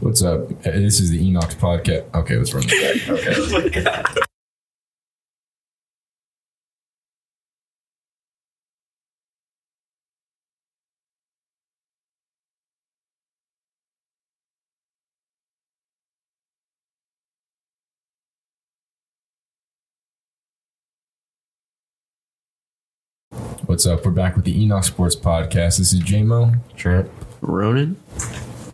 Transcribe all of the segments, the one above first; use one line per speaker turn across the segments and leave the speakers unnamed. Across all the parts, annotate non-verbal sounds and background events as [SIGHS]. What's up? Uh, This is the Enox podcast. Okay, let's run this back. Okay. What's up? We're back with the Enoch Sports Podcast. This is JMO. Trent.
Ronan?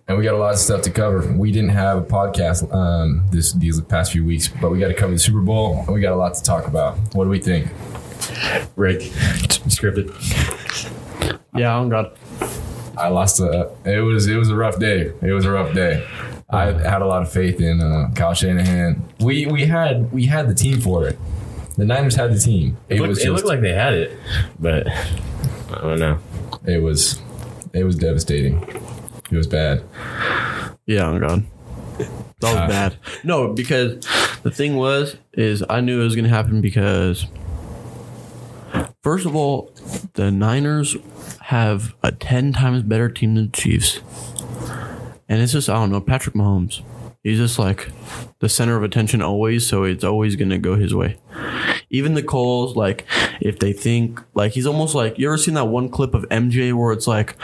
And we got a lot of stuff to cover. We didn't have a podcast um, this these past few weeks, but we got to cover the Super Bowl, and we got a lot to talk about. What do we think?
Rick, scripted.
Yeah, I'm good.
I lost a. It was it was a rough day. It was a rough day. I had a lot of faith in uh, Kyle Shanahan. We we had we had the team for it. The Niners had the team. It,
It, looked,
was
it
just
looked like they had it, but I don't know.
it was it was devastating. It was bad.
Yeah, I'm good. That was
Ah.
bad. No, because the thing was, is I knew it was gonna happen because first of all, the Niners have a ten times better team than the Chiefs. And it's just I don't know, Patrick Mahomes. He's just like the center of attention always, so it's always gonna go his way. Even the Coles, like if they think like he's almost like you ever seen that one clip of MJ where it's like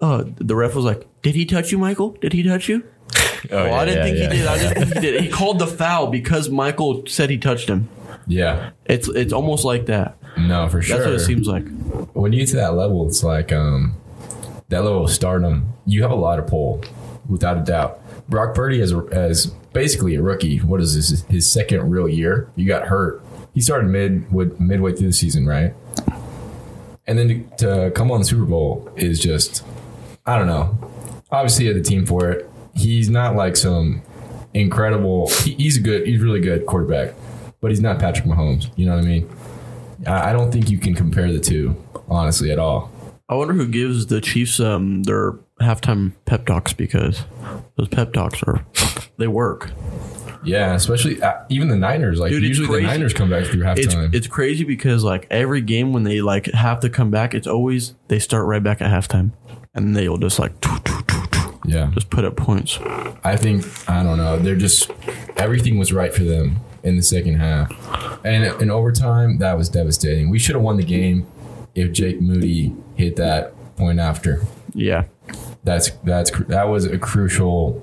uh, the ref was like, "Did he touch you, Michael? Did he touch you?" well, I didn't think he did. I didn't think he did. He called the foul because Michael said he touched him.
Yeah,
It's it's almost like that.
no, for sure.
That's what it seems like.
when you get to that level, it's like um, that level of stardom. You have a lot of pull, without a doubt. Brock Purdy as as basically a rookie. What is this? His second real year. You got hurt. He started mid with midway through the season, right? And then to, to come on the Super Bowl is just, I don't know. Obviously, he had the team for it. He's not like some incredible. He, he's a good. He's really good quarterback, but he's not Patrick Mahomes. You know what I mean? I, I don't think you can compare the two, honestly, at all.
I wonder who gives the Chiefs um their halftime pep talks because those pep talks are they work.
Yeah, especially uh, even the Niners. Like
Dude, it's
usually the
crazy.
Niners come back through
It's
halftime.
it's crazy because like every game when they like have to come back, it's always they start right back at halftime and they'll just like
yeah,
just put up points.
I think I don't know. They're just everything was right for them in the second half, and in overtime that was devastating. We should have won the game if Jake Moody hit that point after.
Yeah.
That's that's cr- that was a crucial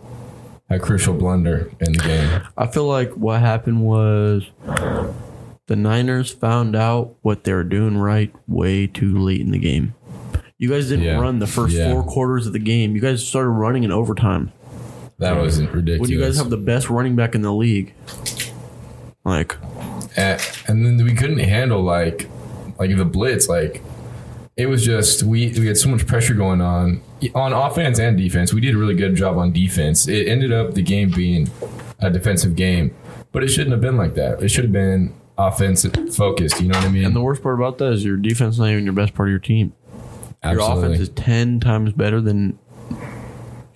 a crucial blunder in the game.
I feel like what happened was the Niners found out what they were doing right way too late in the game. You guys didn't
Yeah.
run the first
Yeah.
four quarters of the game. You guys started running in overtime
That was ridiculous.
when you guys have the best running back in the league. Like,
and, and then we couldn't handle like like the blitz like it was just we we had so much pressure going on on offense and defense we did a really good job on defense it ended up the game being a defensive game but it shouldn't have been like that it should have been offensive focused you know what i mean
and the worst part about that is your defense not even your best part of your team. Your offense is ten times better than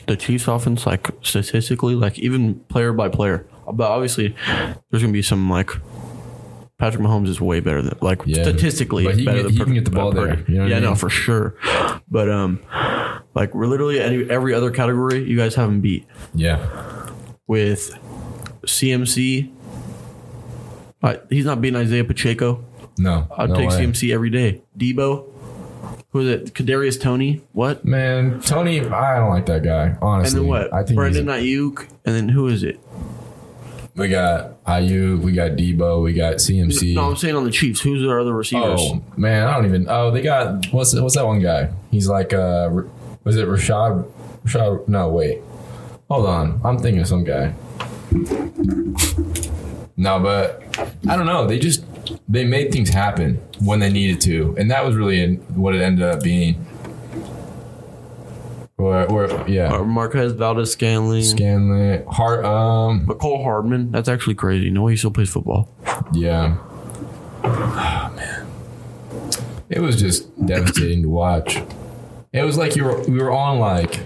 the Chiefs' offense, like statistically, like even player by player. But obviously, there's gonna be some like Patrick Mahomes is way better than like
Yeah.
statistically.
But he
better
can-
than
he can
Patrick-
get the ball
Patrick.
there, you know what
yeah,
I mean?
no, for sure. But um, like we're literally any every other category, you guys have them beat
yeah
with CMC. Uh, he's not beating Isaiah Pacheco.
no
I'd
no
take
way.
CMC every day. Debo, who is it? Kadarius Tony. What?
man tony i don't like that guy
And
honestly
then what?
i think
Brandon
he's-
Ayuk. And then who is it?
we got iu we got debo we got cmc
No, I'm saying on the Chiefs. Who's their other receivers?
Oh man, I don't even. Oh, they got what's what's that one guy? He's like uh, R- was it Rashad? Rashad? No, wait, hold on. I'm thinking of some guy. No, but I don't know. They just they made things happen when they needed to, and that was really in- what it ended up being. Or, or yeah,
Uh, Marquez Valdez Scanling.
Scanlon, Hart. Um,
but Cole Hardman. That's actually crazy. No, he still plays football.
yeah. Oh man, it was just devastating to watch. It was like you were we were on like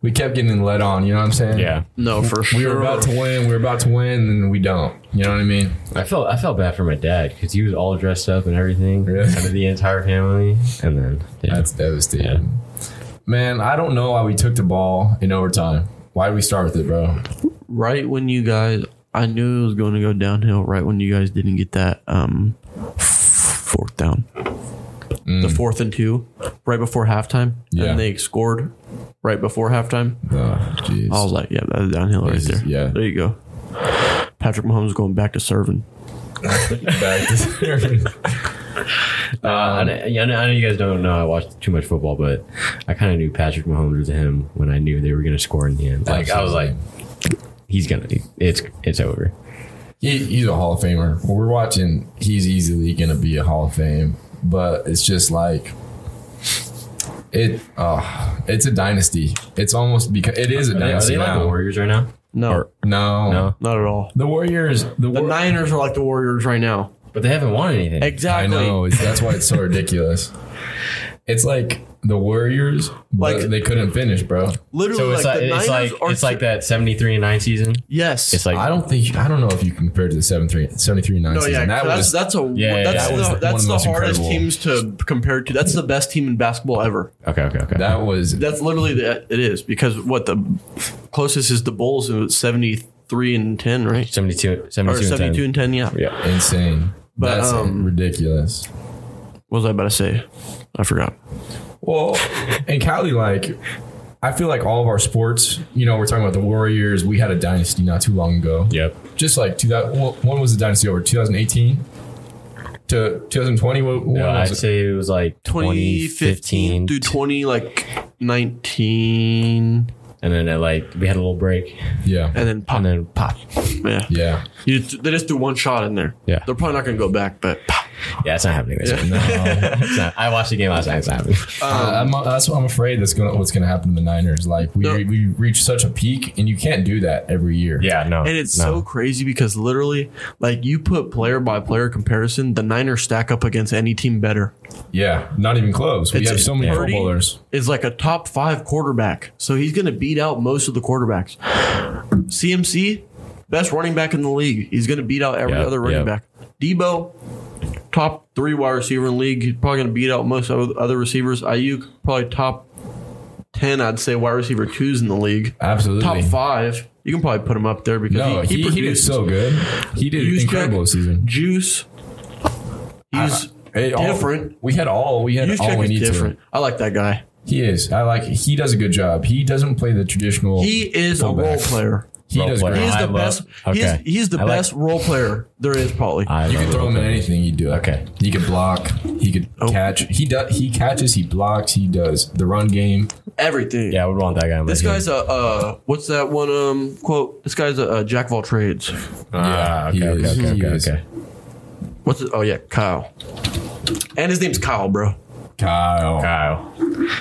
we kept getting led on. You know what I'm saying?
Yeah,
No, for sure.
We were about to win. We were about to win, and we don't. You know what I mean?
I felt I felt bad for my dad because he was all dressed up and everything,
Really?
out of the entire family, and then yeah.
That's devastating. Man, I don't know why we took the ball in overtime. Why did we start with it, bro?
right when you guys I knew it was going to go downhill right when you guys didn't get that um fourth down. The fourth and two right before halftime
Mm. Yeah.
and they scored right before halftime.
Oh, jeez.
I was like, yeah, that's downhill right
This is-
there.
yeah.
There you go. Patrick Mahomes going back to serving.
back to
[LAUGHS] Uh, I, know, yeah, I know- I know you guys don't know I watched too much football, but I kind of knew Patrick Mahomes was him when I knew they were going to score in the end. Like I was like, he's gonna, it's it's over.
he, he's a Hall of Famer. When we're watching, he's easily gonna be a Hall of Fame. But it's just like it. Uh, it's a dynasty. It's almost because it is a
Are they, are
dynasty
they like
now.
the Warriors right now?
No,
no,
No,
not at all.
the Warriors. The,
The
War-
Niners are like the Warriors right now.
but they haven't won anything.
I
Exactly.
know it's, that's why it's
[LAUGHS]
so ridiculous. It's like the Warriors, but
Like-
they couldn't finish, bro.
Literally,
so it's
like,
like,
the
it's
Niners
like
are
it's like that seventy three and nine season.
Yes.
It's like
I don't think I don't know if you can compare it to the 73 73 9
No,
season.
yeah,
that
that's
was
that's a
Yeah, yeah,
that's
that was
the,
one of
that's
the
the,
most
hardest
incredible.
teams to compare to. That's the best team in basketball ever.
okay, okay, okay.
that was
That's literally the it is because what the closest is the Bulls and it's seventy three and ten, right?
72, 72,
Or
and 10.
seventy two and ten, yeah.
Yeah,
insane.
But,
that's
um,
ridiculous.
What was I about to say? I forgot.
Well, and Cali, like, I feel like all of our sports, you know, we're talking about the Warriors. We had a dynasty not too long ago.
yep.
Just like 2000, wh- when was the dynasty over? 2018 to 2020? What, when
No,
was
I'd
it?
say it was like
Twenty
2015,
fifteen through twenty like nineteen,
and then it, like we had a little break,
Yeah.
and then pop,
and then pop.
yeah.
Yeah.
You just- they just do one shot in there.
Yeah.
they're probably not going to go back, but pop.
Yeah, it's not happening this year.
[LAUGHS]
No, it's not. I watched the game last night. It's not happening.
Um,
Uh, I'm, that's what I'm afraid that's gonna what's gonna happen to the Niners. Like we
No.
we reach such a peak, and you can't do that every year.
Yeah, no.
And it's so
no.
crazy because literally, like you put player by player comparison, the Niners stack up against any team better.
Yeah. Not even close. We
It's
have so many Pro
pretty-
Bowlers.
Is like a top five quarterback, so he's going to beat out most of the quarterbacks. CMC, best running back in the league, he's going to beat out every
Yep,
other running
yep.
back. Debo, top three wide receiver in the league, he's probably going to beat out most of the other receivers. Ayuk, probably top ten, I'd say, wide receiver twos in the league.
Absolutely.
Top five, you can probably put him up there because
No,
he,
he, he, did
produces.
so good. He did
Juszczyk,
incredible this season.
Juice. He's
It all-
different.
we had all we had
Juice
all
check
we
is
need
different.
to.
I like that guy.
He is. I like. He does a good job. He doesn't play the traditional.
He is a
Fullback.
role player.
He
Role
does.
player.
He
Great.
is
I
the
love-
best. He is,
okay.
he's the
I like-
best role player there is probably.
I
You could
love
throw him in
Oakland.
anything. He'd do it.
Okay.
He could block. He could
Oh.
catch. He does. He catches. He blocks. He does the run game.
Everything.
Yeah, I would want that guy. on my
This
team.
guy's a uh, what's that one um quote? This guy's a, a jack of all trades.
Ah,
okay, okay, okay,
He
okay,
is.
okay.
What's it? Oh yeah, Kyle. And his name's Kyle, bro.
Kyle. Kyle.
Kyle.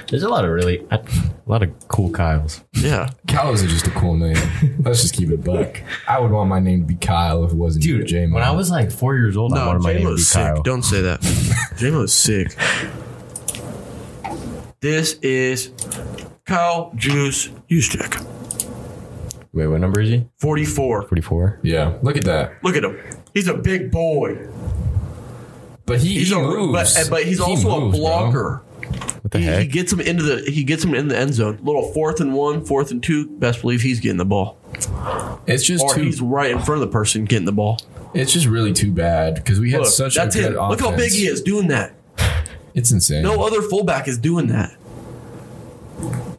There's a lot of really a lot of cool Kyles.
Yeah.
is just a cool name. Let's just keep it buck. I would want my name to be Kyle if it wasn't J-Mo.
When I was like four years old, I
No,
wanted my name to be
J-Mo's sick.
Kyle.
Don't say [LAUGHS] that. J-Mo's sick. This is Kyle Juice Juszczyk.
Wait, what number is he?
44.
Forty-four.
yeah, look at that.
Look at him. He's a big boy.
But he
He's
he
a
moves.
but but he's
He
also
moves,
a
bro.
blocker.
What the
He, he
heck?
gets him into the he gets him in the end zone. Little fourth and one, fourth and two. Best believe he's getting the ball,
It's just
or
too.
he's right in front of the person getting the ball.
It's just really too bad because we had
Look,
such
that's
a
him.
good offense.
Look how big he is doing that.
It's insane.
No other fullback is doing that.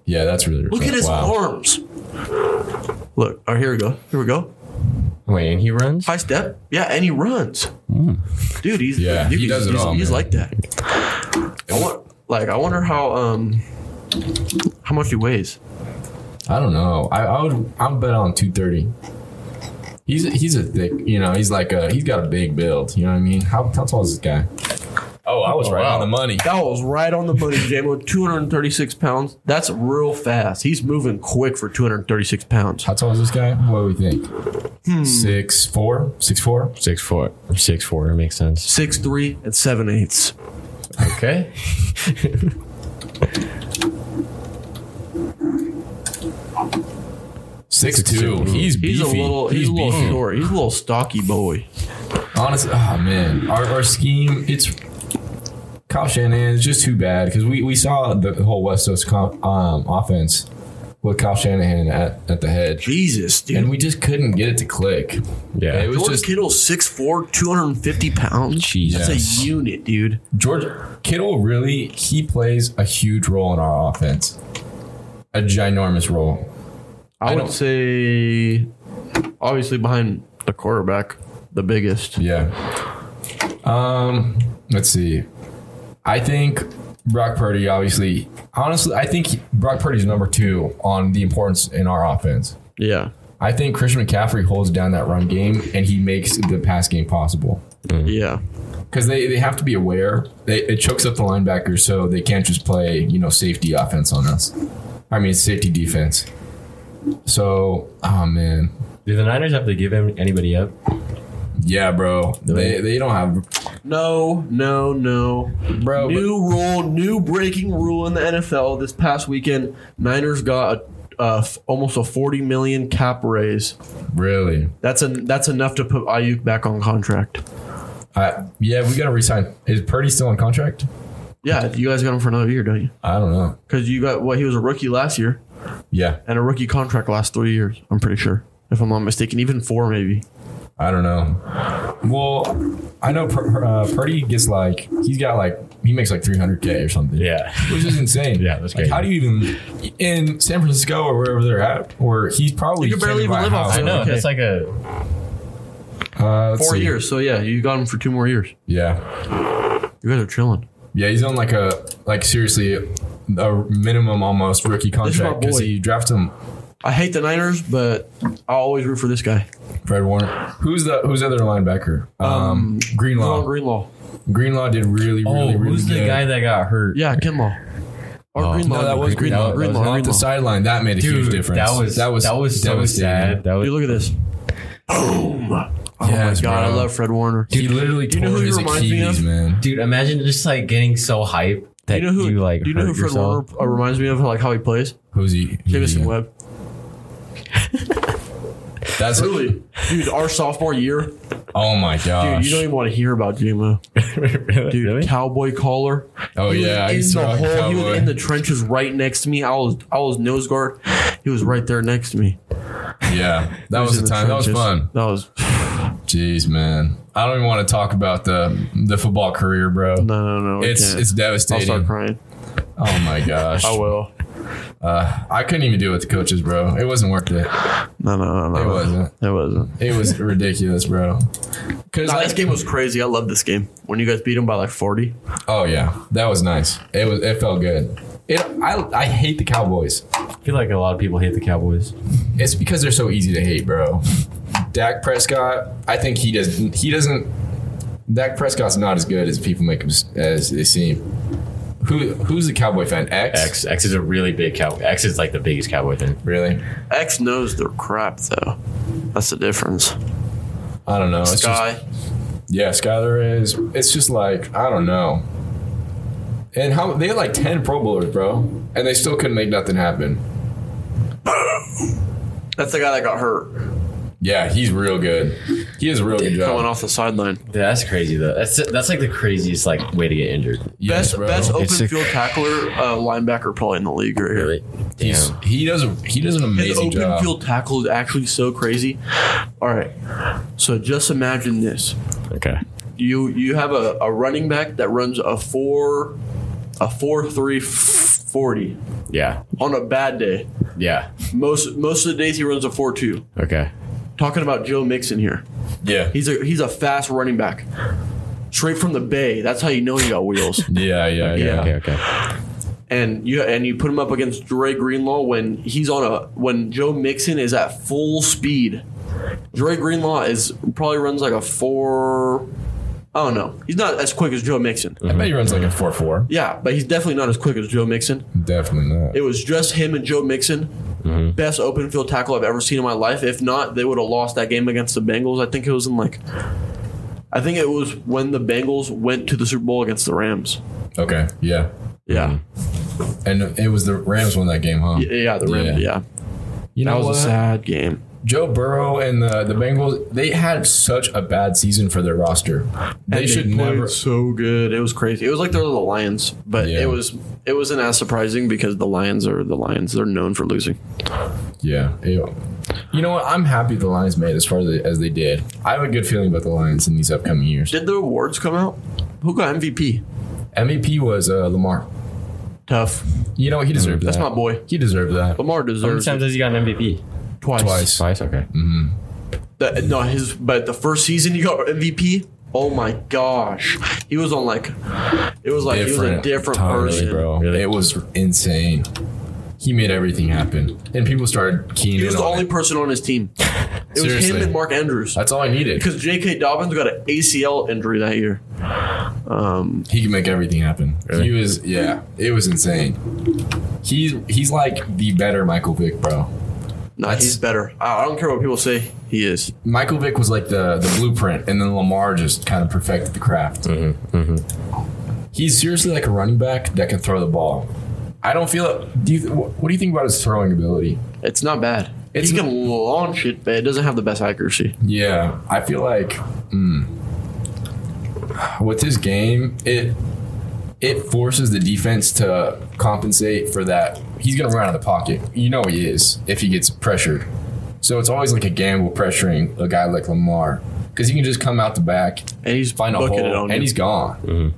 Yeah, that's really.
Look at his arms. Look, oh, here we go. Here we go.
Wait, and he runs.
High step. Yeah, and he runs. Dude, he's
Hmm. Yeah,
dude,
he
he's-
does it
he's,
all,
He's
man.
like that. I want, like, I wonder how um how much he weighs.
I don't know. I, I would. I'm bet on two thirty. He's he's a thick. You know, he's like a he's got a big build. You know what I mean? How, how tall is this guy? Oh, I was
right on the
money.
That was right on the [LAUGHS] money, JMO. 236 pounds. That's real fast. He's moving quick for 236 pounds.
How tall is this guy? What do we think? Six four, six four.
Six four. Six four. It makes sense.
Six three and seven eighths.
Okay.
Six, two. He's beefy.
He's a little he's, a little
beefy.
short. He's a little stocky boy.
Honestly, oh man, our, our scheme it's Kyle Shanahan is just too bad because we, we saw the whole West Coast comp, um, offense with Kyle Shanahan at, at the head.
Jesus, dude.
And we just couldn't get it to click.
Yeah.
It was
George
just
Kittle, 6'4", 250 pounds. That's
Jesus.
a unit, dude.
George Kittle really he plays a huge role in our offense. A ginormous role.
I,
I
would
don't-
say, obviously behind the quarterback, the biggest.
Yeah. Um, let's see. I think Brock Purdy obviously honestly I think he- Brock Purdy's number 2 on the importance in our offense.
Yeah,
I think Christian McCaffrey holds down that run game and he makes the pass game possible.
yeah,
because they, they have to be aware. They, it chokes up the linebackers, so they can't just play you know safety offense on us. I mean safety defense. So oh man,
Do the Niners have to give him anybody up?
yeah, bro. They they don't have
No, no, no.
bro. but-
new rule, new breaking rule in the NFL this past weekend. Niners got a, a f- almost a forty million cap raise.
really,
That's a that's enough to put Ayuk back on contract.
I, yeah, we gotta resign. Is Purdy still on contract?
Yeah, you guys got him for another year, don't you?
I don't know.
Because you got what he was a rookie last year
Yeah,
and a rookie contract last three years. I'm pretty sure, if I'm not mistaken, even four maybe.
I don't know. Well, I know Pur- uh, Purdy gets like he's got like he makes like 300k or something.
Yeah.
Which is insane.
Yeah, that's
Like,
crazy.
how do you even in San Francisco or wherever they're at, or he's probably
You can barely
can't
even
buy a
live off
house.
it.
No,
Okay.
that's like a
Uh, let's
Four
see.
years. So yeah, you got him for two more years.
Yeah,
You guys are chilling.
yeah. He's on like a like seriously a minimum almost rookie
is my
contract because
boy.
he drafted him.
I hate the Niners, but I always root for this guy.
Fred Warner. Who's the who's the other linebacker? Um,
Law
Greenlaw.
Greenlaw.
Greenlaw did really really
Oh,
really good.
that got hurt?
Yeah, Kinlaw. Or
Oh.
Greenlaw.
No, that was
Greenlaw.
Greenlaw. That was off
Greenlaw.
the
Greenlaw.
sideline. That made a huge
Dude,
difference.
that was
that was
that was so
devastating.
sad. That was
Dude, look at this. Boom. Oh
Yes,
my god, I
bro.
love Fred Warner.
He literally
you know
tore
who he
his
reminds me
Achilles,
of?
man.
dude. Imagine just like getting so hype that
do you know who?
you like
do you know
hurt
who Fred
yourself.
Warner uh, reminds me of? Like how he plays.
Who's he? who's
Jamison
he?
Webb.
That's
Really, dude. Our sophomore year, dude.
Oh my gosh.
You don't even want to hear about JMO,
[LAUGHS] really?
dude. Cowboy collar.
oh
He was
yeah,
in
he's
the
throwing
hole. He
cowboy.
was in the trenches right next to me. I was I was nose guard. He was right there next to me.
yeah. That was
In
the time. That was
trenches.
fun.
That was
Jeez, man. I don't even want to talk about the the football career, bro.
no no no. we
It's
can't.
it's
I'll
devastating.
start crying.
Oh
[LAUGHS]
my gosh.
I will.
I couldn't even do it with the coaches, bro. It wasn't worth it.
No no no no.
It
no.
wasn't.
It wasn't.
It
[LAUGHS]
was ridiculous, bro. Cause
Nah,
like-
this game was crazy. I love this game. When you guys beat them by like 40.
oh yeah, that was nice. It was it felt good. It I I hate the Cowboys.
I feel like a lot of people hate the Cowboys.
It's because they're so easy to hate, bro. Dak Prescott, I think he doesn't. He doesn't. Dak Prescott's not as good as people make him s- as they seem. Who who's the Cowboy fan? X.
X X is a really big cowboy. X is like the biggest cowboy thing.
Really?
X knows their crap, though. That's the difference.
I don't know. It's just
Sky.
Yeah, Skyler is. It's just like I don't know. And how they had like ten Pro Bowlers, bro, and they still couldn't make nothing happen.
That's the guy that got hurt
Yeah, he's real good. He is a real good
coming
job.
off the sideline.
Dude, that's crazy though. That's that's like the craziest like way to get injured.
Yes,
best
bro.
best open
It's a-
field tackler, uh, linebacker probably in the league right here.
Damn.
He's- he does. A, he does an
His
amazing
open
job.
field tackle is actually so crazy. All right, so just imagine this:
okay.
you you have a, a running back that runs a four, a four three forty
Yeah.
on a bad day.
Yeah.
Most most of the days he runs a four two.
Okay.
Talking about Joe Mixon here.
yeah,
He's a he's a fast running back. Straight from the bay. That's how you know he got wheels.
yeah, yeah, yeah.
Okay. Okay.
and you and you put him up against Dre Greenlaw when he's on a when Joe Mixon is at full speed. Dre Greenlaw is probably runs like a four I don't know. He's not as quick as Joe Mixon.
I bet he runs like a
Mm-hmm.
four four.
Yeah, but he's definitely not as quick as Joe Mixon.
Definitely not.
It was just him and Joe Mixon. Best open field tackle I've ever seen in my life. If not, they would have lost that game against the Bengals. I think it was in like, I think it was when the Bengals went to the Super Bowl against the Rams.
Okay, yeah,
Yeah,
and it was the Rams won that game, huh?
yeah, the Rams. Yeah,
You
That
know
was
what?
a sad game.
Joe Burrow and the, the Bengals, they had such a bad season for their roster. They
And
should
played
never.
so good. It was crazy. It was like they were the Lions, but
Yeah.
it was it wasn't as surprising because the Lions are the Lions. They're known for losing.
Yeah. ew. You know what? I'm happy the Lions made it as far as they, as they did. I have a good feeling about the Lions in these upcoming years.
Did the awards come out? Who got MVP?
MVP was uh, Lamar.
Tough.
You know what? He deserved
That's
that.
my boy.
He deserved that
Lamar
How many
deserves
times
it
has he gotten MVP?
twice.
twice.
Twice. Okay.
The- no, his but the first season he got MVP. Oh my gosh, he was on like it was like he was a different
entirely,
person.
bro.
Really?
It was insane. He made everything happen, and people started keying
He
in
was the
on
only
it.
person on his team. It was him
Seriously.
and Mark Andrews.
That's all I needed.
Because J.K. Dobbins got an ACL injury that year.
He can make everything happen. He was, yeah, it was insane. He's he's like the better Michael Vick, bro.
Nah,
That's-
he's better. I, I don't care what people say. He is.
Michael Vick was like the the blueprint, and then Lamar just kind of perfected the craft. He's seriously like a running back that can throw the ball. I don't feel it. Do you, wh- what do you think about his throwing ability?
It's not bad.
It's
he can launch it, but it doesn't have the best accuracy.
Yeah, I feel like mm, with this game, it it forces the defense to compensate for that. He's gonna run out of the pocket. You know he is if he gets pressured. So it's always like a gamble pressuring a guy like Lamar because he can just come out the back,
And he's
find a
bucketed
hole,
on
and
you.
he's gone.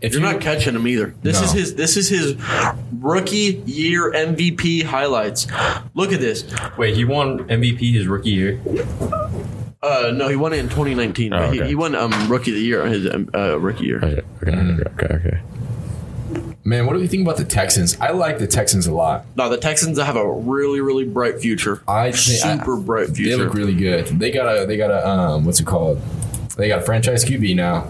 If
You're
you-
not catching him either. This is
No.
his. This is his rookie year MVP highlights. Look at this.
Wait, he won MVP his rookie year.
Uh, no, he won it in 2019.
Oh,
but he,
okay.
he won um, rookie of the year. His um, uh, rookie year.
Okay. Okay. Okay. Okay.
man, what do you think about the Texans? I like the Texans a lot.
No, the Texans have a really, really bright future.
I think- I-
super bright
They
future.
look really good. They got a they got a um what's it called? They got a franchise QB now.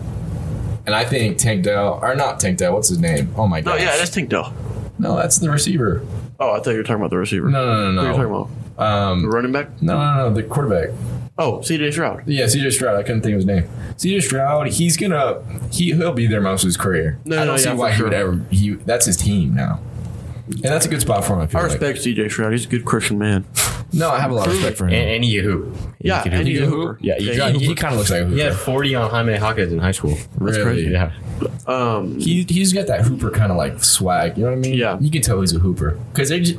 And I think Tank Dell or not Tank Dell, what's his name? Oh my
no,
god.
yeah, that's Tink Dell.
No, that's the receiver.
Oh, I thought you were talking about the receiver.
No, no,
Who are you
no,
talking
no.
about? The
Um
running back?
no, no, no, the quarterback.
Oh, C.J. Stroud.
Yeah, CJ Stroud. I couldn't think of his name. CJ Stroud. He's gonna. He he'll be there most of his career.
No,
I
no,
don't see
yeah,
why
for
he would
sure.
ever. He that's his team now, and that's a good spot for him. I feel
I
like.
respect C.J. Stroud. He's a good Christian man.
No, I have a lot of respect for
And,
him.
and he could hoop.
Yeah,
He could
and
hoop.
he's a
hoop.
hooper.
Yeah, he-
Yeah, he, kind of looks like a hooper.
He had 40 on Jaime Hawkins in high school.
Really?
crazy.
Yeah.
Um,
He he's got that hooper kind of like swag. You know what I mean?
Yeah.
You can tell he's a hooper because they just,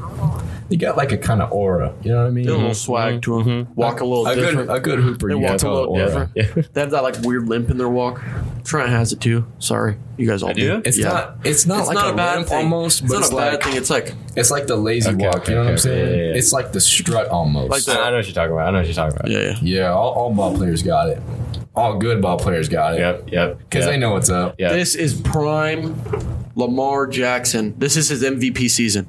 they got like a kind of aura. You know what I mean?
a little swag to him.
Mhm.
Walk a little
Mhm. a
different.
good a good hooper.
They
You
walk
got
a
a
little
aura. [LAUGHS]
different. They have that like weird limp in their walk. Trent has it too. Sorry, you guys all
do?
It's
Yeah.
not it's not
It's
like
not a bad
limp
thing.
almost,
It's
but
not
it's
a bad
like
thing. It's like
it's like the lazy
Okay,
walk.
okay,
you know what I'm
okay,
saying?
yeah, yeah, yeah.
It's like the strut almost.
Like
I know what you're talking about. I know what you're talking about.
yeah, yeah.
yeah, all, all ball players got it. All good ball players got it.
Yep. Yep.
Because
yep.
they know what's up.
Yeah.
This is prime Lamar Jackson. This is his MVP season.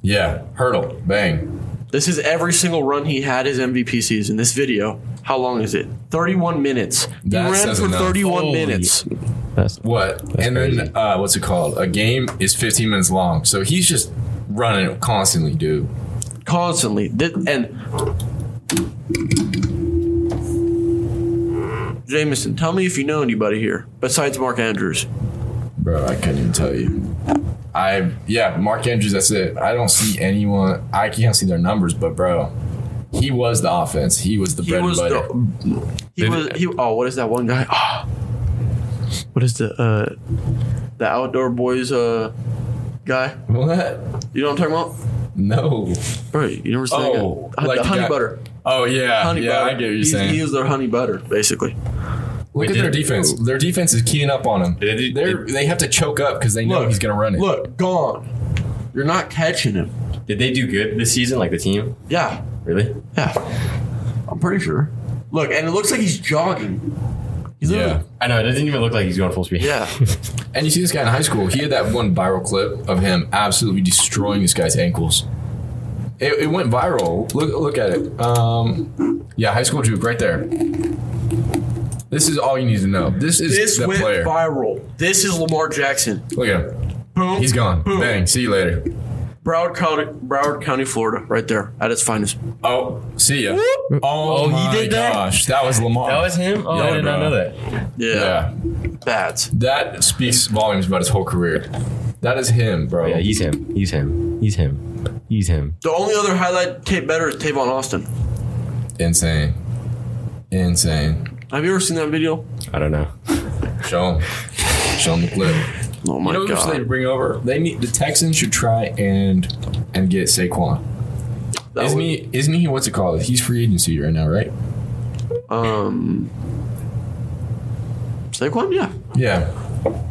Yeah. Hurdle. Bang.
This is every single run he had his MVP season. This video, how long is it? 31 minutes.
That
he ran
says
for
enough.
31
Holy-
minutes.
That's,
What? and
crazy.
then uh, what's it called? A game is 15 minutes long. So he's just running it constantly, dude.
constantly. Th- and Jameson, tell me if you know anybody here besides Mark Andrews.
Bro, I couldn't even tell you. I yeah, Mark Andrews. That's it. I don't see anyone. I can't see their numbers, but bro, he was the offense. He was the
He
bread
was
and butter.
the he
Did-
was he. Oh, what is that one guy? Ah. what is the uh, the outdoor boys uh guy?
what?
You know what I'm talking
No.
about, bro? You never seen
Oh,
that guy? Uh,
like
the
the
honey
guy-
butter.
Oh yeah,
Honey
yeah.
butter.
I get what you're
He's-
saying.
He is their honey butter, basically.
Look at
did-
their defense. Their defense is keying up on him.
They did-
They are they have to choke up because they know
Look,
he's gonna run it.
Look, gone. You're not catching him.
did they do good this season? Like the team?
Yeah,
Really?
Yeah. I'm pretty sure. Look, and it looks like he's jogging. He's
yeah.
literally-
I know. It doesn't even look like he's going full speed.
[LAUGHS]
Yeah.
And you see this guy in high school. He had that one viral clip of him absolutely destroying this guy's ankles. It, it went viral. Look look at it. Um, yeah, high school juke right there. This is all you need to know. This is
this
the
went
player.
viral. This is Lamar Jackson.
Look at him.
Boom.
He's gone.
Boom.
Bang. See you later.
Broward County, Broward County, Florida, right there at its finest.
Oh, see ya.
Whoop.
Oh,
Oh, he
my
did that?
gosh, that was Lamar.
That was him. Oh, I
Yeah,
did not
bro.
know that.
Yeah.
Yeah,
Bats.
that
Oh,
speaks volumes about his whole career. That is him, bro.
Yeah, he's him. He's him. He's him. He's him.
The only other highlight tape better is Tavon Austin.
Insane. Insane.
Have you ever seen that video?
I don't know.
Show him. Show him the clip.
Oh my
you know who else they need to
god,
bring over? They need the Texans should try and and get Saquon.
that
isn't
would-
he? Isn't he? What's it called? He's free agency right now, right?
Um, Saquon, yeah,
Yeah.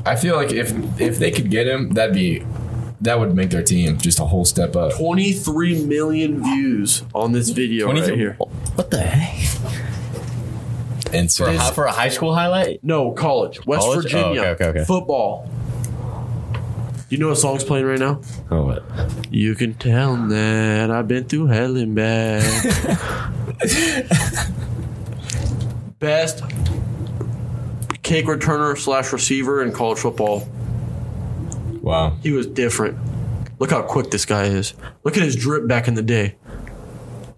I feel like if if they could get him, that'd be that would make their team just a whole step up.
twenty three million views on this video right
23
here.
What the heck?
And so
For a, hi- for a high school highlight?
No, college, West
College? Oh,
Virginia,
okay, okay, okay.
football. You know what song's playing right now?
Oh, what?
You can tell that I've been through hell and
[LAUGHS]
back. Best cake returner slash receiver in college football.
wow,
He was different. Look how quick this guy is. Look at his drip back in the day.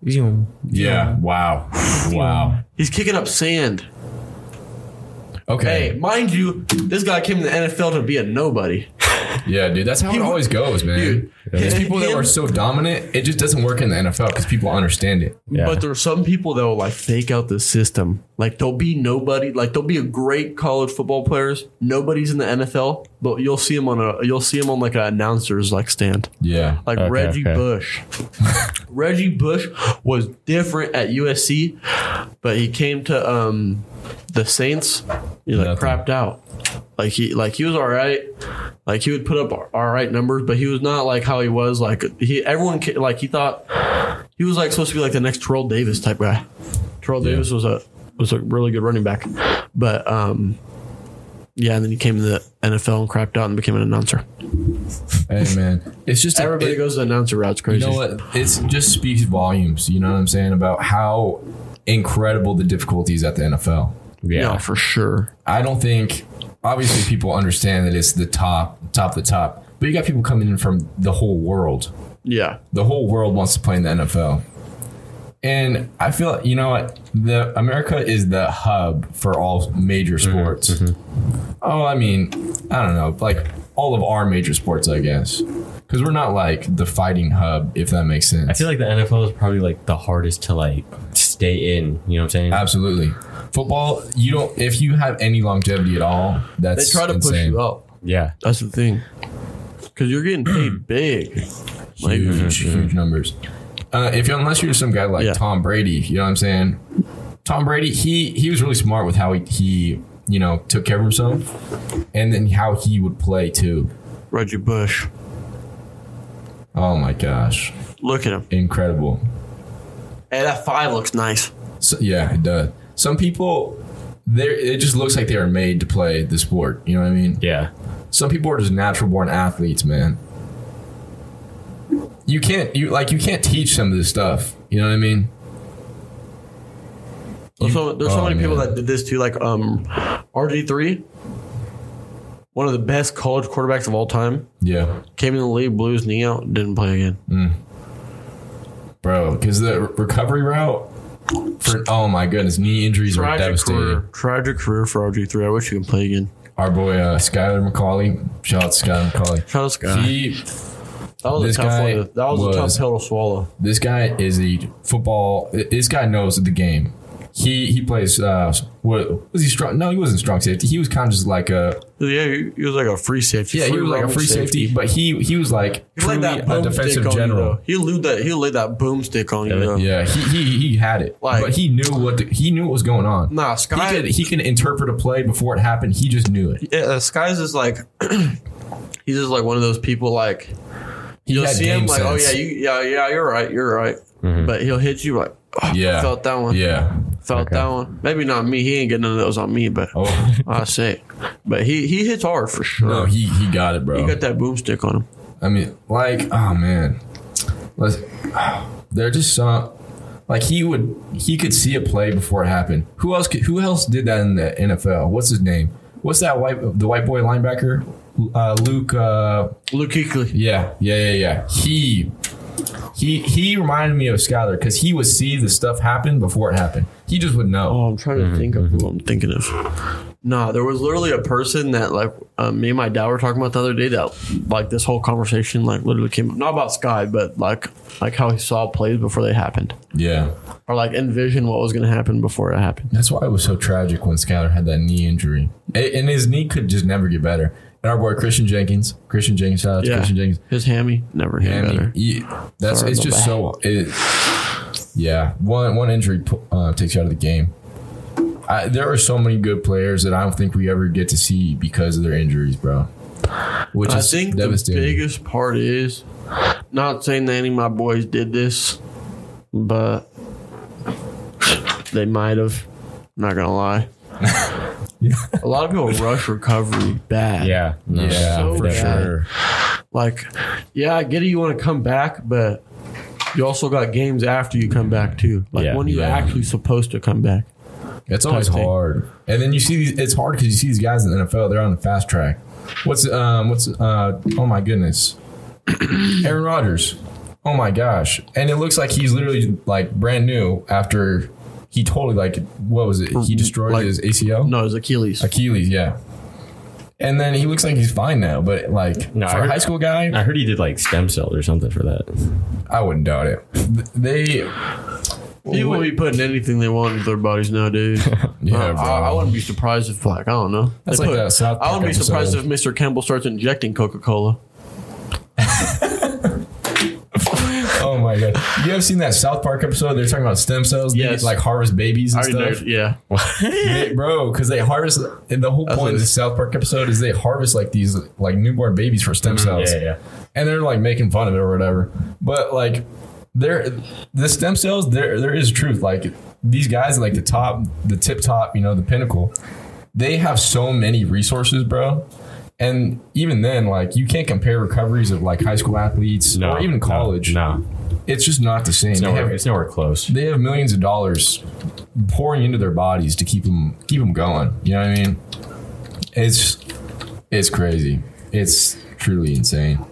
yeah, wow, wow.
He's kicking up sand.
Okay,
Hey, mind you, this guy came in the NFL to be a nobody.
yeah, dude, that's how it always goes, man.
Dude,
These
him-
people that
him-
are so dominant, it just doesn't work in the NFL because people understand it.
Yeah.
But there are some people that will like fake out the system. Like there'll be nobody. Like there'll be a great college football players. Nobody's in the NFL, but you'll see them on a you'll see them on like an announcers like stand.
Yeah,
Like
Okay,
Reggie
okay.
Bush. [LAUGHS] Reggie Bush was different at USC, but he came to um the Saints. He like
Nothing.
crapped out. Like he like he was all right. Like he would put up all right numbers, but he was not like how he was. Like he everyone ca- like he thought he was like supposed to be like the next Terrell Davis type guy. Terrell Davis was a was a really good running back, but um. Yeah, and then he came to the NFL and crapped out and became an announcer.
hey man, it's just
Everybody
it-
goes the announcer route. It's crazy.
You know what? It's just speaks volumes. You know what I'm saying about how incredible the difficulties at the NFL.
yeah.
Yeah, for sure.
I don't think obviously people understand that it's the top, top, the top. But you got people coming in from the whole world.
Yeah.
The whole world wants to play in the NFL. And I feel you know what the America is the hub for all major sports. Oh, I mean, I don't know, like all of our major sports, I guess, because we're not like the fighting hub, if that makes sense.
I feel like the NFL is probably like the hardest to like stay in. You know what I'm saying?
Absolutely. Football, you don't if you have any longevity at all,
They
that's
try to push
insane.
you up.
yeah.
That's the thing. Because you're getting paid big. Like,
Hmm. Huge, huge numbers. Uh, if you unless you're some guy like
Yeah.
Tom Brady, you know what I'm saying? Tom Brady, he he was really smart with how he, he you know took care of himself and then how he would play too.
Reggie Bush.
Oh my gosh.
Look at him.
Incredible.
Hey, that five looks nice.
So, yeah, it does. Some people they it just looks like they are made to play the sport. You know what I mean?
Yeah.
some people are just natural born athletes, man. You can't you like you can't teach some of this stuff. You know what I mean?
There's so, there's so
oh,
many people
man.
that did this too. Like um, RG3, one of the best college quarterbacks of all time,
Yeah,
came in the league, blew his knee out, didn't play again.
Mm, bro. Because the re- recovery route for oh my goodness, knee injuries are
Tragic
devastating.
career. Tragic career for RG3. I wish he could play again.
Our boy uh, Skylar McCauley, shout out to Skylar McCauley.
Shout out to Sky.
He,
That was a
this
tough
guy
one. to- That was, a
was-
tough pill to swallow.
this guy is a football. This guy knows the game. He he plays. Uh, what was he strong? No, he wasn't strong safety. He was kind of just like a
Yeah, he, he was like a free safety.
yeah. He
free
was like a
roaming
free safety, but he he was like
He
truly
laid that
a
boomstick
defensive
on You,
general.
though. he laid that he laid that boomstick on you. Though.
Yeah, he, he he had it,
Like-
but he knew what the, he knew what was going on.
Nah,
He
Sky.
could he can interpret a play before it happened. He just knew it.
yeah, uh, Sky's just like [CLEARS THROAT] he's just like one of those people like
He
you'll
had
see him
game
like oh yeah
sense. Mm-hmm.
you yeah yeah you're right you're right but he'll hit you like [SIGHS] oh,
Yeah.
felt that one
yeah.
felt that one maybe not me he ain't getting none of those on me but
Oh
I say but he he hits hard for sure
no, he he got it,
he
bro.
got that boomstick on him
I mean, like oh man, let's. They're just some. Like he would, he could see a play before it happened. Who else? Could, who else did that in the NFL? What's his name? What's that white? The white boy linebacker, uh, Luke. Uh,
Luke Kuechly
Yeah, yeah, yeah, yeah. He he he reminded me of Skyler because he would see the stuff happen before it happened. He just would know.
oh I'm trying to think of who I'm thinking of No, there was literally a person that like um, me and my dad were talking about the other day that like this whole conversation like literally came up not about Sky but like like how he saw plays before they happened
Yeah.
or like envision what was going to happen before it happened.
That's why it was so tragic when Skyler had that knee injury. A- and his knee could just never get better. And our boy Christian Jenkins, Christian Jenkins, shout out to
Yeah.
Christian Jenkins.
His hammy never
I
hit
mean,
better.
yeah, that's
Sorry,
it's
my
just so it, yeah. One one injury pu- uh, takes you out of the game. I, there are so many good players that I don't think we ever get to see because of their injuries, bro. Which
I
is
think the
devastating.
biggest part is not saying that any of my boys did this, but they might have. I'm not gonna lie. a lot of people rush recovery bad.
Yeah. No.
yeah,
so
for
bad.
sure.
Like, yeah, I get it. You want to come back, but you also got games after you come back too. Like,
Yeah,
when are you
yeah.
actually supposed to come back?
It's always
type thing.
hard. And then you see these, it's hard because you see these guys in the NFL. They're on the fast track. What's um what's uh oh my goodness, [CLEARS THROAT] Aaron Rodgers. Oh my gosh, and it looks like he's literally like brand new after he totally like what was it? He destroyed
Like-
his ACL,
No, it's Achilles.
Achilles, yeah. And then he looks like he's fine now, but like
No,
for
I
a
heard-
high school guy,
I heard he did like stem cells or something for that.
I wouldn't doubt it. Th- They
People will be putting anything they want into their bodies
[LAUGHS]
nowadays.
yeah,
Uh,
bro.
I, I wouldn't be surprised if, like, I don't know.
That's
They
like
put-
that South
I wouldn't be
Park
surprised if
episode.
Mr. Campbell starts injecting Coca Cola.
oh my god, you have seen that South Park episode? They're talking about stem cells. They
Yes.
like harvest babies and stuff.
[LAUGHS]
Yeah.
They- bro, because they harvest, and the whole point of the South Park episode is they harvest like these like newborn babies for stem cells,
Mm-hmm. yeah.
and they're like making fun of it or whatever. But like, there, the stem cells, there, there is truth. Like these guys, like the top, the tip top, you know, the pinnacle, they have so many resources, bro. And even then, like you can't compare recoveries of like high school athletes
No.
or even
no,
college.
No.
It's just not the same.
It's
They
nowhere,
have,
it's nowhere close.
they have millions of dollars pouring into their bodies to keep them keep them going. You know what I mean? It's it's crazy. It's truly insane.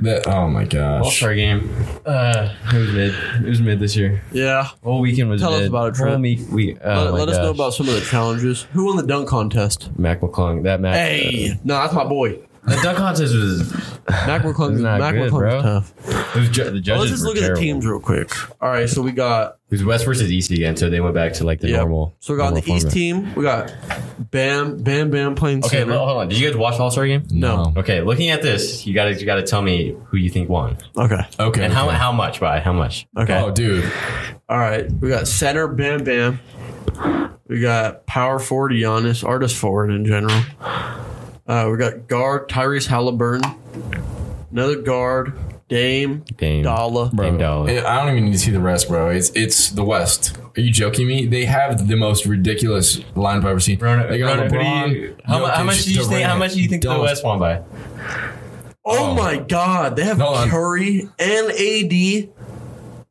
That oh my
All
gosh.
star game. Uh, it was mid. It was mid this year.
Yeah.
Whole weekend was
Tell us
mid.
about it,
Whole
Trent.
meek- we- oh
let
my
let us know
gosh.
about some of the challenges. Who won the dunk contest?
Mac McClung. That Mac.
Hey. No, that's my boy.
The dunk contest was.
Mac McClung.
not
Mac McClung's
good, bro.
tough.
It was ju- the judges
Well, let's just
were
look at
terrible.
the teams real quick. All right. So we got,
It was West versus East again, so they went back to like the
yeah.
normal.
So we got on the
normal
East
format.
team. We got Bam, Bam, Bam playing
Okay,
center.
well, hold on. Did you guys watch All Star game?
No.
Okay, looking at this, you gotta you gotta tell me who you think won
Okay.
Okay.
and how
okay.
how much by how much.
Okay.
Oh dude.
All right, we got center Bam Bam. We got power forward Giannis, artist forward in general. Uh, we got guard Tyrese Halliburton. Another guard Dame
Dame.
Dalla.
Bro,
Dame Dollar.
it- I don't even need to see the rest, bro. It's it's the West. Are you joking me? They have the most ridiculous line I've ever seen. they got
Rona, who do
LeBron,
you- how, mu- how
Jokic,
much do you think? How
Durant,
much do you think the
Dunst.
West won by?
Oh, my God, they have
Hold on.
Curry and AD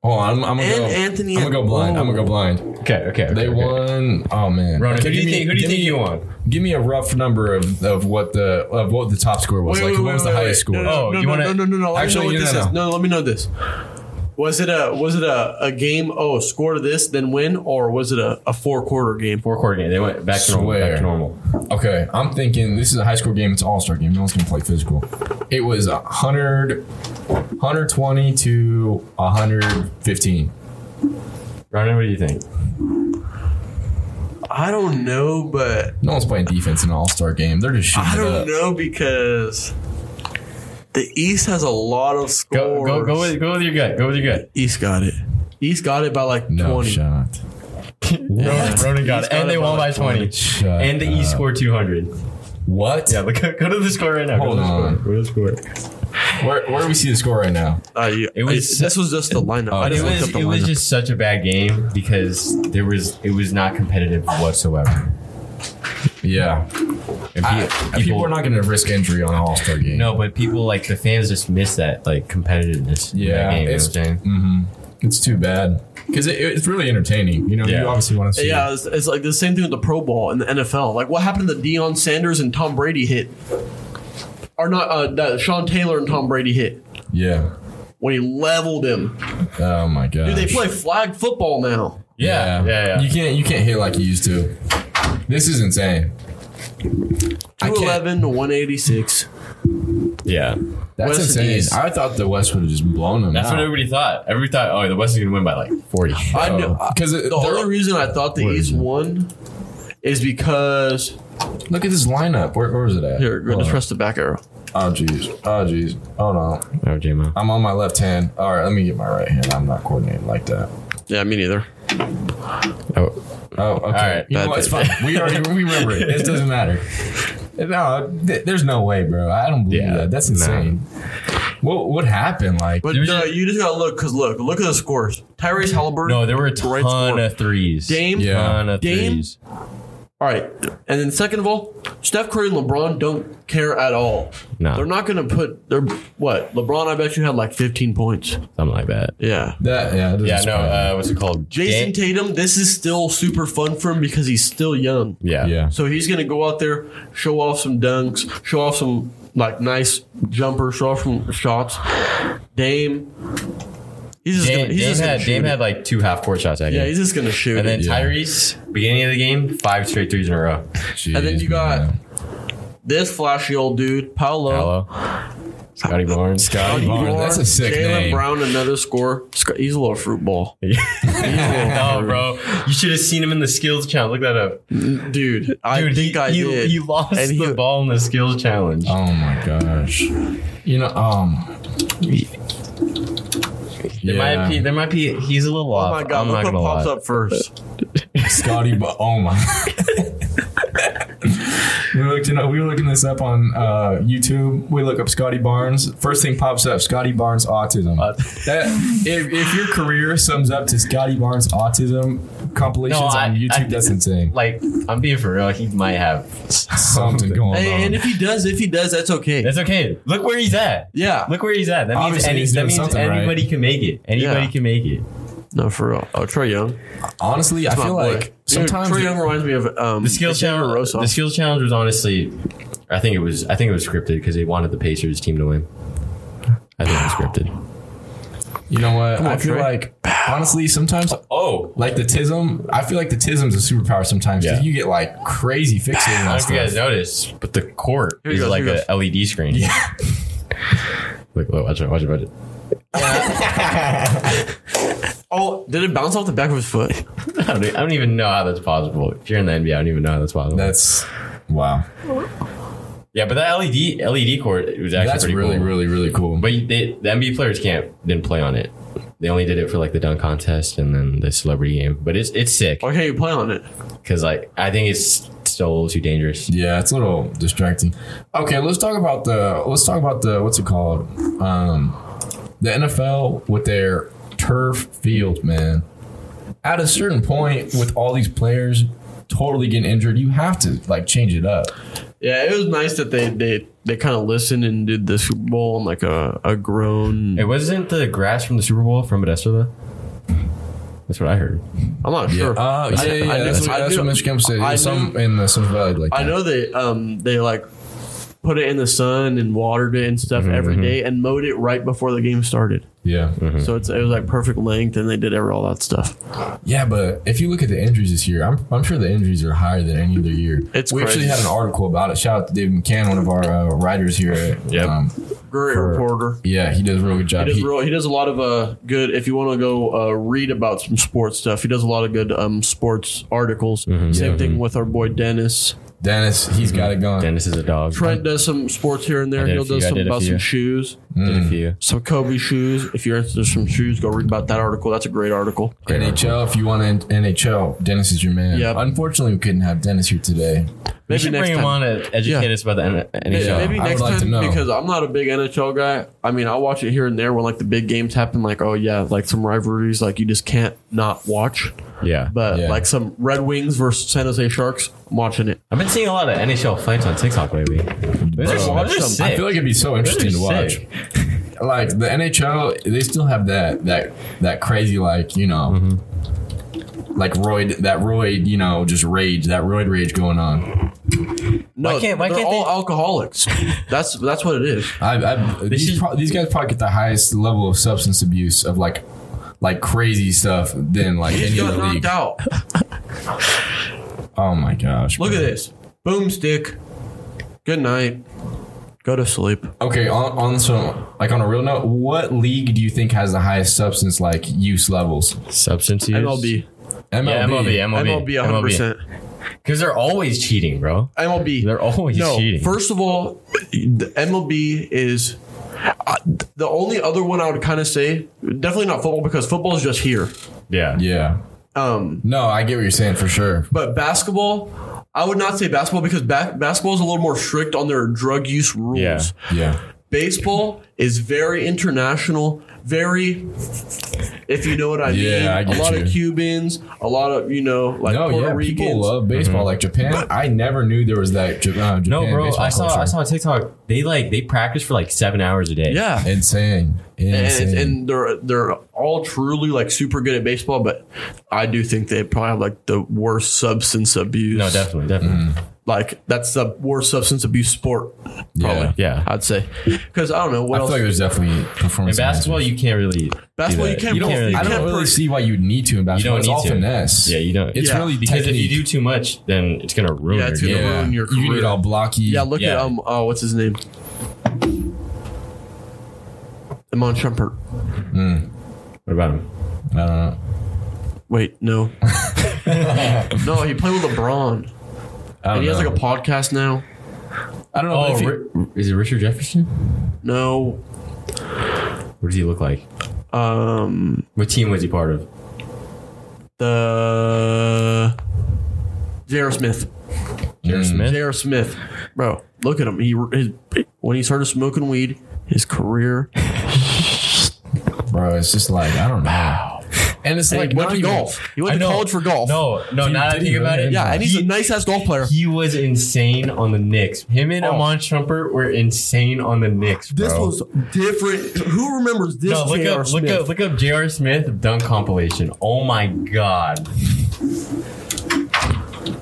Hold on, I'm, I'm gonna
and
go.
Anthony.
I'm gonna go blind. I'm gonna go blind.
Okay, okay. okay
They
okay.
won. Oh man,
Ronan,
Okay,
who do you
give me-
think? Who do you
give
think
me-
you won?
Give me a rough number of, of what the of what the top score was.
Wait,
like
wait,
who
wait,
was the
wait,
highest
wait.
score?
No, no,
Oh,
no,
you
no,
wanna-
no, no, no, no.
Actually,
Actually,
no,
let me know what
no,
this is. No, let me know this. Was it a was it a, a game? Oh, score to this, then win, or was it a, a four quarter game?
Four quarter game. They went back to normal.
Swear.
Back to normal.
Okay, I'm thinking this is a high school game. It's an all star game. No one's gonna play physical. It was 100, 120 to 115.
Ronan, what do you think?
I don't know, but
No one's playing defense in an all star game. They're just shooting
I
it
don't
up.
know because the East has a lot of scores.
Go, go, go with, go with your gut. Go with
[LAUGHS]
your gut.
East got it. East got it by like
No
20.
shot.
Ronan, Ronan got
He's
it,
got
and
it
they
by
won by
like
twenty.
Shut
And the East
up.
scored two hundred.
What?
Yeah, look, [LAUGHS] go to the score right now.
Hold
go to the
on.
Score. Go to the score.
Where, where do we see the score right now?
Uh, you-
It was-
I- this was just the
[LAUGHS]
lineup.
Oh,
I
It
just looked up
was
the
it was
lineup.
just such a bad game because there was it was not competitive whatsoever.
Yeah,
And
I-
pe-
people, are not going to risk injury on an all star game.
No, but people like the fans just miss that like competitiveness. in
Yeah,
that game, you know
it's-
what I'm saying.
It's too bad because it, it's really entertaining. You know,
Yeah.
you obviously want to see.
yeah, it's, it's like the same thing with the Pro Bowl and the NFL. Like, what happened to the Deion Sanders and Tom Brady hit? Or not, uh, the Sean Taylor and Tom Brady hit
it. Yeah.
when he leveled him.
Oh my god.
Dude, they play flag football now.
Yeah, yeah, yeah.
You can't you can't hit like you used to. This is insane. I can't-
211 to 186.
Yeah.
That's
West and
insane.
East.
I thought the West would have just blown them
That's what
out.
everybody thought. Everybody thought, oh, the West is going to win by like 40.
I know.
Because
uh, The only reason I thought the
Where Oh. is
East
it?
won is because.
look at this lineup. Where, where was it at?
Here,
Hold
just
on.
press the back arrow.
Oh jeez. Oh jeez. Oh no.
Oh, JMO.
I'm on my left hand. All right, let me get my right hand. I'm not coordinated like that.
Yeah, me neither.
Oh,
Oh, okay.
right,
you know
bad
what? It's
pitch.
fine. We already we remember it. It doesn't matter. No, th- there's no way, bro. I don't believe
Yeah,
that. That's
no.
insane. What what happened? Like,
But
There's
no, you just gotta look, cause look, look at the scores. Tyrese Halliburton.
no, there were a
great
ton
score.
of threes.
Dame.
Yeah.
Ton of
Dame?
threes.
All right, and then second of all, Steph Curry and LeBron don't care at all.
No.
they're not gonna put. They're what? LeBron, I bet you had like 15 points.
Something like that.
Yeah.
that, yeah, it doesn't
Yeah, no,
surprise
uh, what's it called?
Jason
Dame-
Tatum, this is still super fun for him because he's still young.
yeah.
me. yeah.
So he's gonna go out there, show off some dunks, show off some like nice jumper, show off some shots. Dame, he's just
Dame,
gonna, he's
Dame
just gonna
had,
shoot.
Dame
it.
had like two half court shots, I
yeah,
guess.
he's just gonna shoot.
and
it.
then
Yeah.
Tyrese, beginning of the game, five straight threes in a row.
And then
Jeez,
you got
man.
this flashy old dude, Paolo.
Hello. Scotty
[LAUGHS]
Barnes.
Scotty
Barnes,
Barnes. Oh, That's a sick
Jalen
name.
Brown, another score. Sc- He's a little fruit ball.
no, bro. You should have seen him in the skills challenge. Look that up.
Dude, I
Dude,
think
he,
I
he,
did.
he lost
And
the
he-
ball in the skills challenge.
Oh my gosh. You know, um,
There might be,
yeah,
there might be, he's a little
oh
off.
my god,
I'm
look
not
what
gonna
pops
lie.
up first.
Scotty. But oh my. we looked, you know, we were looking this up on uh, YouTube. We look up Scotty Barnes. First thing pops up: Scotty Barnes autism.
Uh,
that, if, if your career sums up to Scotty Barnes autism compilations
No, I-
on YouTube,
I-
that's
[LAUGHS]
insane.
Like, I'm being for real. He might have
Something going
Hey,
on.
and if he does, if he does, that's okay.
That's okay. Look where he's at.
yeah.
Look where he's at. That means,
Obviously,
any,
he's
that
doing
means
something right.
anybody can make it. Anybody
Yeah.
can make it.
No, for real. Oh, Trey Young.
Honestly, I
My
feel
boy.
like
Dude,
sometimes
Trey Young reminds me of um,
The skills
Xavier
challenge.
Rosso.
The skills challenge was honestly, I think it was. I think it was scripted because they wanted the Pacers team to win. I think it was scripted.
[GASPS] you know what?
on,
I feel
Trey.
like honestly, sometimes
Oh,
like the tism. I feel like the tism's a superpower sometimes because
Yeah.
you get like crazy fixated
I [LAUGHS]
on
don't know if you guys
stuff.
noticed, but the court
Here
is
goes,
like
here
a LED screen. [LAUGHS]
Yeah.
Look, look, watch it, watch it, watch it.
oh, did it bounce off the back of his foot?
I don't, e- I don't even know how that's possible. If you're in the NBA, I don't even know how that's possible.
That's wow.
yeah, but that E LED LED court it was actually
That's
pretty
really,
cool.
really, really cool.
But you- they, the NBA players can't didn't play on it. They only did it for like the dunk contest and then the celebrity game. But it's it's sick
Or can you play on it?
because like I think it's still a little too dangerous.
yeah, it's a little distracting. Okay, let's talk about the let's talk about the what's it called? Um the NFL with their turf field, man. At a certain point with all these players totally getting injured, you have to like change it up.
Yeah, it was nice that they they, they kind of listened and did the Super Bowl in like a, a grown.
It wasn't the grass from the Super Bowl from Modesto though. That's what I heard.
I'm not sure.
Uh, yeah,
I-
yeah, yeah,
I knew-
that's,
I
what, that's
knew-
what Mr. Kemp said.
I
There's some in the Central Valley like
I
that.
know they um they like put it in the sun and watered it and stuff
Mm-hmm,
every day and mowed it right before the game started.
Yeah.
Hmm.
So it's it was like perfect length and they did every, all that stuff.
Yeah, but if you look at the injuries this year, I'm, I'm sure the injuries are higher than any other year.
It's
we actually
crazy.
had an article about it. Shout out to David McCann, one of our uh, writers here. At, um,
Yep.
Great reporter.
yeah, he does a really good job.
He does,
He-
real, he does a lot of uh, good. If you want to go uh, read about some sports stuff, he does a lot of good um, sports articles.
Mm-hmm.
Same
Yeah.
thing with our boy Dennis.
Dennis, he's got it going.
Dennis is a dog.
Trent does some sports here and there.
I did a
He'll do
few, I
some
did a
about
few.
some shoes,
did a few.
some Kobe shoes. If you're interested in some shoes, go read about that article. That's a great article.
NHL, if you want an NHL, Dennis is your man.
Yep.
Unfortunately, we couldn't have Dennis here today.
we should bring him on to educate
Yeah.
us about the N-
Maybe,
NHL.
Yeah,
maybe
I would
next
like to
time
know.
because I'm not a big NHL guy. I mean, I watch it here and there when like the big games happen. Like, oh yeah, like some rivalries, like you just can't not watch.
Yeah, but
But
Yeah.
like some Red Wings versus San Jose Sharks, I'm watching it.
I've been seeing a lot of NHL fights on TikTok lately. Those are,
Bro,
those are sick.
I feel like it'd be so
Those are
interesting to watch.
sick.
Like the NHL, they still have that that that crazy like you know, like roid that roid you know just rage that roid rage going on.
No,
can't- why
they're
can't
all
they- [LAUGHS]
alcoholics. that's that's what it is.
I, I, these,
should-
pro- these guys probably get the highest level of substance abuse of like like crazy stuff than like
He
any
got
other
knocked
league.
out.
Oh my gosh.
Look
bro.
at this. Boomstick. Good night. Go to sleep.
Okay, on, on some like on a real note, what league do you think has the highest substance like use levels?
Substance use.
MLB.
MLB.
Yeah, MLB. MLB.
MLB 100%.
Because they're always cheating, bro.
MLB.
They're always
no,
cheating.
First of all, the MLB is uh, the only other one I would kind of say. Definitely not football because football is just here.
yeah.
Yeah.
Um,
No, I get what you're saying for sure.
but basketball, I would not say basketball because ba- basketball is a little more strict on their drug use rules.
Yeah.
Yeah.
Baseball is very international, very, if you know what I
Yeah,
mean.
I
a
get
lot of
you.
Cubans, a lot of, you know, like
No,
Puerto
yeah,
Ricans.
people love baseball. Like Japan, I never knew there was that Ja- uh, Japan
Mm-hmm. No, bro.
baseball
I saw.
culture.
I saw on TikTok. They like they practice for like seven hours a day.
yeah.
Insane. Insane.
and, and they're they're all truly like super good at baseball, but I do think they probably have like the worst substance abuse.
No, definitely, definitely.
Like that's the worst substance abuse sport. Probably,
Yeah.
Yeah.
I'd say because I don't know
Uh-huh. I
what
feel
else.
like there's definitely
In
performance.
basketball,
enhancers.
you can't really. do
Basketball, you
that.
can't-
You don't
you
really.
I
can't
don't really
per-
see why you'd need to in
you
basketball.
don't
It's
need
all
to.
finesse.
Yeah, you don't.
It's
Yeah.
really
because if
technique.
you do too much, then it's gonna ruin
Yeah,
your
it's
game.
gonna ruin your
You
career.
need all blocky.
yeah, look at
Yeah.
um. Oh, what's his name? Amon Shumpert.
What about him?
I don't know.
Wait,
[LAUGHS]
no. no, he played with
I
LeBron, and
don't
he
know.
has like a podcast now.
I don't know. but
Oh,
if you-
Ri- is it Richard Jefferson?
No,
What does he look like?
um,
What team was he part of?
the J.R. Smith.
Jared Smith.
J.R. Smith, bro, look at him. He his, when he started smoking weed, his career.
bro, it's just like I don't know. And it's like
he
not
went to
even-
golf. He went
I
to
know.
college for golf.
No, no.
Dude,
now that I
did he
think about
really?
it,
yeah, and he's
he,
a nice ass golf player.
he was insane on the Knicks. Him and
Oh.
Amon Shumpert were insane on the Knicks. Bro.
this was different. Who remembers this?
No, look
J.R.
up, look
Smith?
up, look up J.R. Smith dunk compilation. Oh my god.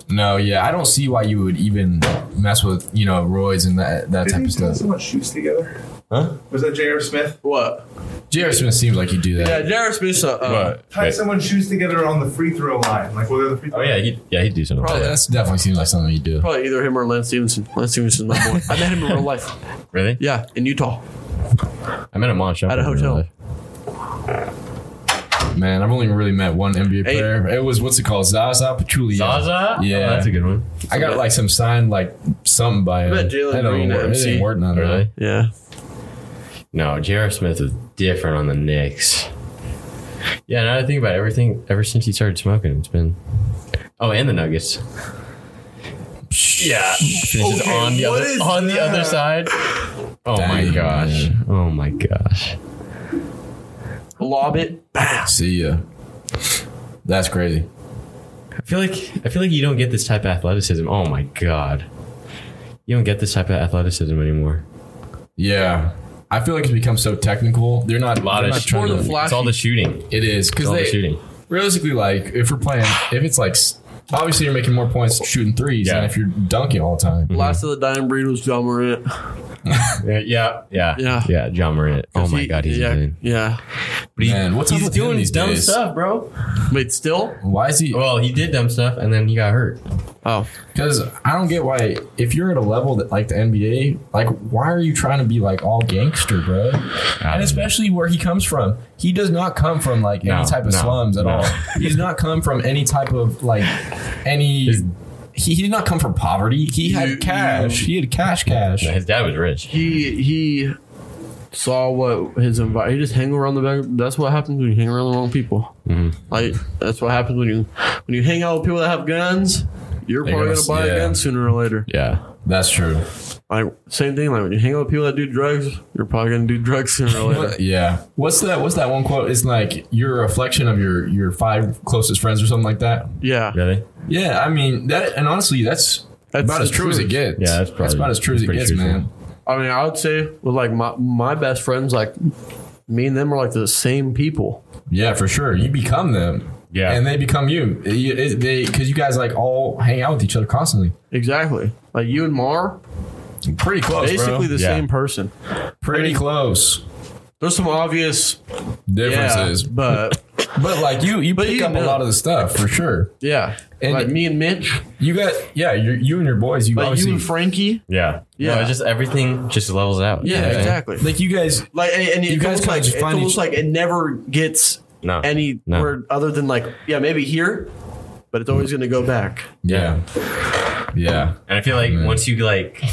No, yeah, I don't see why you would even mess with you know roids and that that type of
Didn't you guys
stuff.
so much shoots together?
Huh?
Was that J.R. Smith?
What?
J.R. Smith seems like you do that.
Yeah, J.R. Smith's a. Uh,
Tie someone's shoes together on the free throw line, like whether the free throw.
Oh yeah,
line-
he yeah he'd do something.
That
Like that.
that's definitely seems like something you do.
Probably either him or Lance Stevenson. Lance Stevenson's my
[LAUGHS]
boy. I met him in real life.
Really?
Yeah, in Utah.
I met Amon Shumpert
At a
in real
hotel.
life.
Man, I've only really met one NBA
Hey.
player. It was what's it called, Zaza Pachulia.
Zaza?
Yeah.
Oh, that's a good one.
I got like some signed like something by him.
bet Jalen
That don't
Green at
work- it
MC.
didn't work none of
Really?
that.
Yeah.
No, J.R. Smith was different on the Knicks. Yeah, now that I think about it, everything ever since he started smoking, it's been. Oh, and the Nuggets. Yeah, finishes
Okay,
on the
what
other
is
on the other
that?
side. Oh my
Dang,
gosh!
man.
Oh my gosh!
Lob it.
See ya. That's crazy.
I feel like I feel like you don't get this type of athleticism. Oh my god! You don't get this type of athleticism anymore.
Yeah. I feel like it's become so technical. They're not.
A lot
they're
of
not
shooting.
trying
Or the
to,
flash-
It's all the shooting.
It is
It's
because
all the
they
shooting.
realistically like if we're playing if it's like s- obviously you're making more points shooting threes
Yeah. Mm-hmm.
than if you're dunking all the time.
Last of the dying breed was John Morant.
Yeah, yeah, yeah,
Yeah.
yeah. John Morant. Oh my
He-
god, he's
yeah,
insane.
yeah.
But he-
Man, what's up
he's
with him
doing
these
dumb
days?
stuff, bro.
Wait, still?
Why is he?
Well, he did dumb stuff and then he got hurt.
Oh,
Because I don't get why if you're at a level that like the NBA, like why are you trying to be like all gangster, bro? And especially where he comes from, he does not come from like
No,
any type of
no,
slums at
no.
all. He's not come from any type of like any.
His-
he, he did not come from poverty. He
You-
had cash. He had cash, cash.
His dad was rich.
he he saw what his environment. He just hang around the back. That's what happens when you hang around the wrong people. Like that's what happens when you when you hang out with people that have guns. You're
They're
probably
gonna
gonna
s-
buy a
yeah.
gun sooner or later.
Yeah.
That's true.
Like same thing. Like when you hang out with people that do drugs, you're probably gonna do drugs sooner or later.
[LAUGHS] What- yeah. What's that? What's that one quote? It's like you're a reflection of your your five closest friends or something like that.
yeah.
Really?
Yeah, I mean that, and honestly, that's,
That's
about
the
as true as it
truth.
gets.
Yeah, that's probably
about as true as it
pretty
gets,
truthful.
man.
I mean, I would say with like my my best friends, like me and them are like the same people.
Yeah, for sure. You become them.
Yeah.
and they become you. It- it- they because you guys like all hang out with each other constantly.
Exactly. Like you and Mar,
Pretty close,
basically
bro.
the
Yeah.
same person.
Pretty close
There's some obvious
differences.
Yeah, but
But like you, you
But
pick
you
up a
know.
lot of the stuff for sure.
Yeah.
And-
like me and
[LAUGHS]
Mitch,
You got yeah, you're, you and your boys. You
like you
obviously
and Frankie.
Yeah.
Yeah.
Yeah. it's just everything just levels out.
Yeah,
Yeah.
exactly.
like you guys.
Like and, and
You
it's
guys
almost
kinda
like
just
it's
find
almost
each-
like it never gets
No.
anywhere other than like yeah maybe here, but it's always gonna go back.
Yeah, yeah.
And I feel like
Man.
once you like,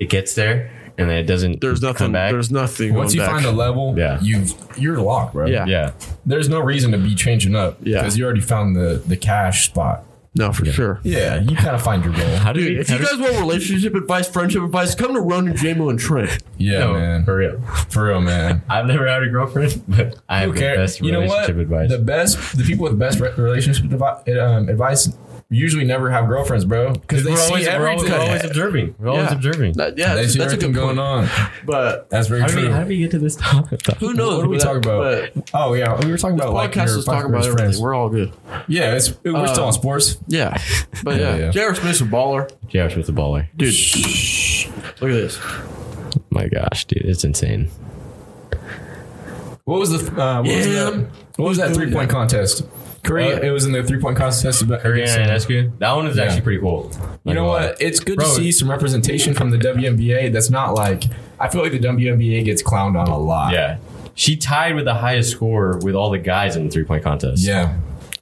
it gets there and then it doesn't.
There's
come
nothing.
back.
There's nothing.
Once
going
you
back.
find a level,
Yeah.
you've you're locked, bro.
Yeah.
yeah.
There's no reason to be changing up
Yeah.
because you already found the the cash spot.
no for sure.
Yeah, you kind of find your goal.
[LAUGHS] How do
Dude, if you guys want relationship advice, friendship advice, come to Ronan, JMO, and Trent.
Yeah, man.
for real.
For real, man.
I've never had a girlfriend, [LAUGHS] but I have
Who cares?
the best
you know what?
relationship advice.
The best, the people with the best re- relationship devi- um, advice usually never have girlfriends, bro, because they
we're,
see
always, we're, always,
everything.
we're always observing. We're always
Yeah.
observing.
That- yeah,
they
that's,
see
that's a
everything
good
going
going on.
on.
But
That's very
How do,
true.
we, how do we get to this topic?
who knows?
what are we
But-
talking about?
But
oh yeah, we were talking about like
podcast
your
is talking about
fuckers'
everything.
friends.
We're all good.
Yeah, it's, we're still
Uh,
on sports.
Yeah, but
Yeah,
yeah,
yeah.
J.R. Smith's a baller,
Josh with the baller.
dude. Look at this.
My gosh, dude, it's insane.
What was the uh, what was
Yeah.
that? What was that three point contest? Korea. it was in the three point contest. About against-
good. That one is
Yeah.
actually pretty cool.
You
Like,
know
wow.
what? It's good to
Bro.
see some representation from the WNBA. That's not like I feel like the WNBA gets clowned on a lot.
Yeah. She tied with the highest score with all the guys in the three point contest.
yeah.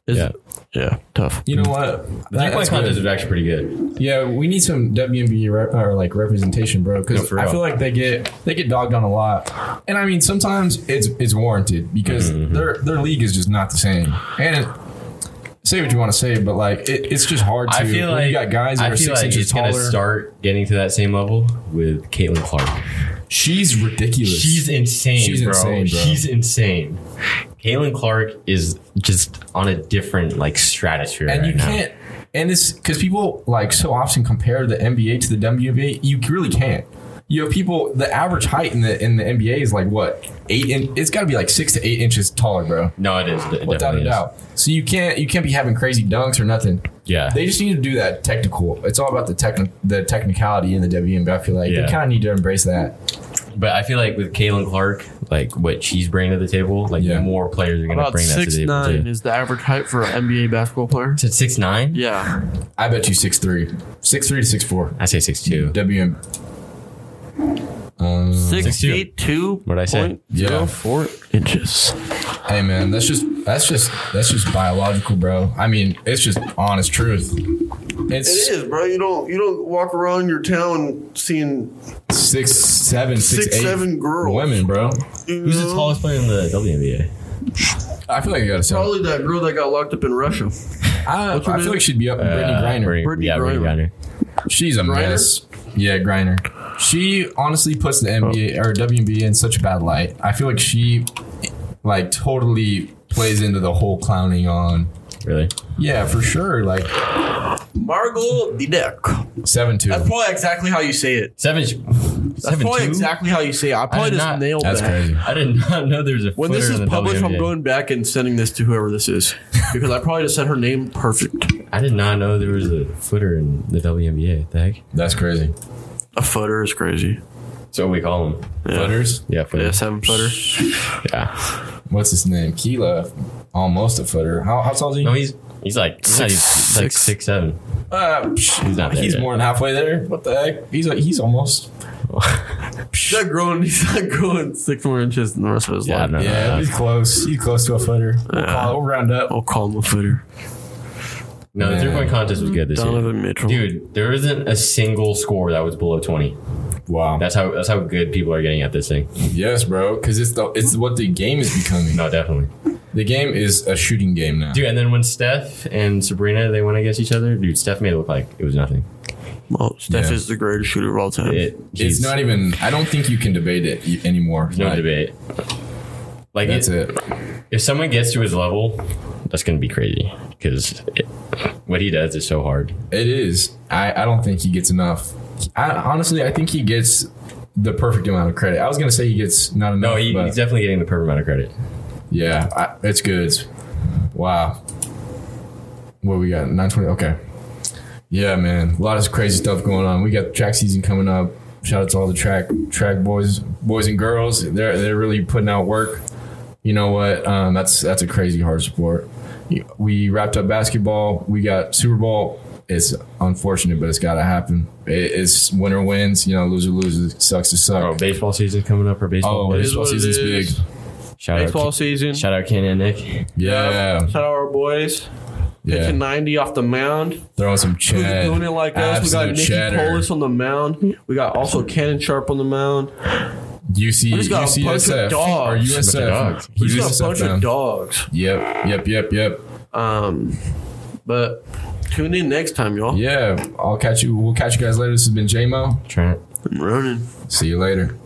Is-
Yeah.
yeah, tough.
You know what?
The
That-
three point
that's
contest
good.
is actually pretty good.
Yeah, we need some WNBA rep, or like representation, bro.
No,
Because
for
I
real.
feel like they get they get dogged on a lot, and I mean sometimes it's it's warranted because
Mm-hmm,
their their league is just not the same. And it, say what you want to say, but like it, it's just hard to.
I feel
when
like
you got guys that
I
are
feel
six
like
inches
it's gonna
taller.
start getting to that same level with Caitlin Clark.
She's ridiculous.
She's insane,
She's
bro.
insane, bro.
She's insane. Caitlin Clark is just on a different like stratosphere.
and
right
you
now.
can't. And it's because people like so often compare the NBA to the WNBA. You really can't. You have people. The average height in the in the NBA is like what eight. In, it's got to be like six to eight inches taller, bro.
No, it is. It
Without
definitely
a
is.
doubt. So you can't you can't be having crazy dunks or nothing.
Yeah.
They just need to do that technical. It's all about the techni- the technicality in the WNBA. I feel like
Yeah.
they kind of need to embrace that.
But I feel like with Caitlin Clark, like what she's bringing to the table, like
Yeah.
more players are going to
About
bring that to the
six
table.
nine
too.
is the average height for an NBA basketball player.
Is it six nine?
Yeah,
Mm.
I bet you six three, six three to six four.
I say six two.
WM.
six
two.
feet two.
What'd I say?
point
Yeah.
zero four inches.
Hey man, that's just that's just that's just biological, bro. I mean, it's just honest truth. It's
It is, bro. You don't you don't walk around your town seeing
six seven, six,
Six,
eight
seven girls.
women, bro.
Who's the tallest player in the WNBA?
I feel like I gotta sell.
Probably that girl that got locked up in Russia.
I, I
her
feel
name?
like she'd be up in Brittany Griner.
Brittany
yeah, Uh, Brittany
Griner.
Griner.
She's a
Griner?
mess. Yeah, Griner. She honestly puts the NBA or WNBA in such a bad light. I feel like she like totally plays into the whole clowning on.
Really?
Yeah, for sure. Like
Margot the Deck.
seven two.
That's probably exactly how you say it.
Seven.
That's
seven
probably
two?
exactly how you say it. I probably
did
just
not-
nailed
That's
that.
crazy.
I did not know there's a.
When this
footer
is
in the
published, I'm
WNBA.
going back and sending this to whoever this
[LAUGHS]
is because I probably just said her name perfect.
I did not know there was a footer in the WNBA. What The heck?
That's crazy.
A footer is crazy.
So we call them.
Footers.
Yeah,
Yeah,
footers.
seven footer.
Yeah.
What's his name? Keela. Almost a footer. How, how tall is he?
No, he's he's like he's, not,
Six-
he's like
six.
six seven.
Uh, psh,
He's not there
he's
yet.
more than halfway there. What the heck? He's he's almost.
He's not growing. [LAUGHS] He's not growing six more inches than the rest of his
Yeah,
life.
no, no,
Yeah,
no.
he's close. He's close to a footer. We'll, call it- we'll round up.
I'll call him a footer.
No, the
Yeah.
three point contest was good this year.
Donovan Mitchell.
Dude, there isn't a single score that was below twenty.
Wow.
That's how that's how good people are getting at this thing.
yes, bro. Because it's the it's what the game is becoming.
No, definitely.
The game is a shooting game now.
Dude, and then when Steph and Sabrina they went against each other, dude, Steph made it look like it was nothing.
Well, Steph
Yeah.
is the greatest shooter of all time.
It,
it's
he's-
not even. I don't think you can debate it y- anymore.
no
Like,
debate. Like
That's
it,
it.
if someone gets to his level, that's gonna be crazy because what he does is so hard.
It is. I, I don't think he gets enough. I, honestly, I think he gets the perfect amount of credit. I was gonna say he gets not enough.
No, he,
but
he's definitely getting the perfect amount of credit.
yeah, I, it's good. Wow. What we got? Nine twenty. Okay. Yeah, man. A lot of crazy stuff going on. We got track season coming up. Shout out to all the track track boys, boys and girls. They're they're really putting out work. you know what? Um, that's that's a crazy hard sport. We wrapped up basketball. We got Super Bowl. It's unfortunate, but it's got to happen. It, it's winner wins. You know, loser loses. Sucks to suck.
Oh, baseball season coming up for
Oh,
baseball.
it is
baseball
what it
season's big.
is.
shout
Baseball
out,
season.
shout out, Ken and Nick.
Yeah,
Shout out our boys.
yeah.
Pitching 90 off the mound.
Throwing some
Who's
chad.
doing it like us? We got
Absolute
Nicky Polis on the mound. We got also Cannon Sharp on the mound.
UC,
We just got a bunch of
UCSF or
dogs.
USF.
Bunch of dogs.
We just got
USF
a bunch
now.
of dogs.
Yep, yep, yep, yep.
Um, but tune in next time, y'all.
Yeah, I'll catch you. We'll catch you guys later. This has been J Mo.
Trent.
I'm running.
See you later.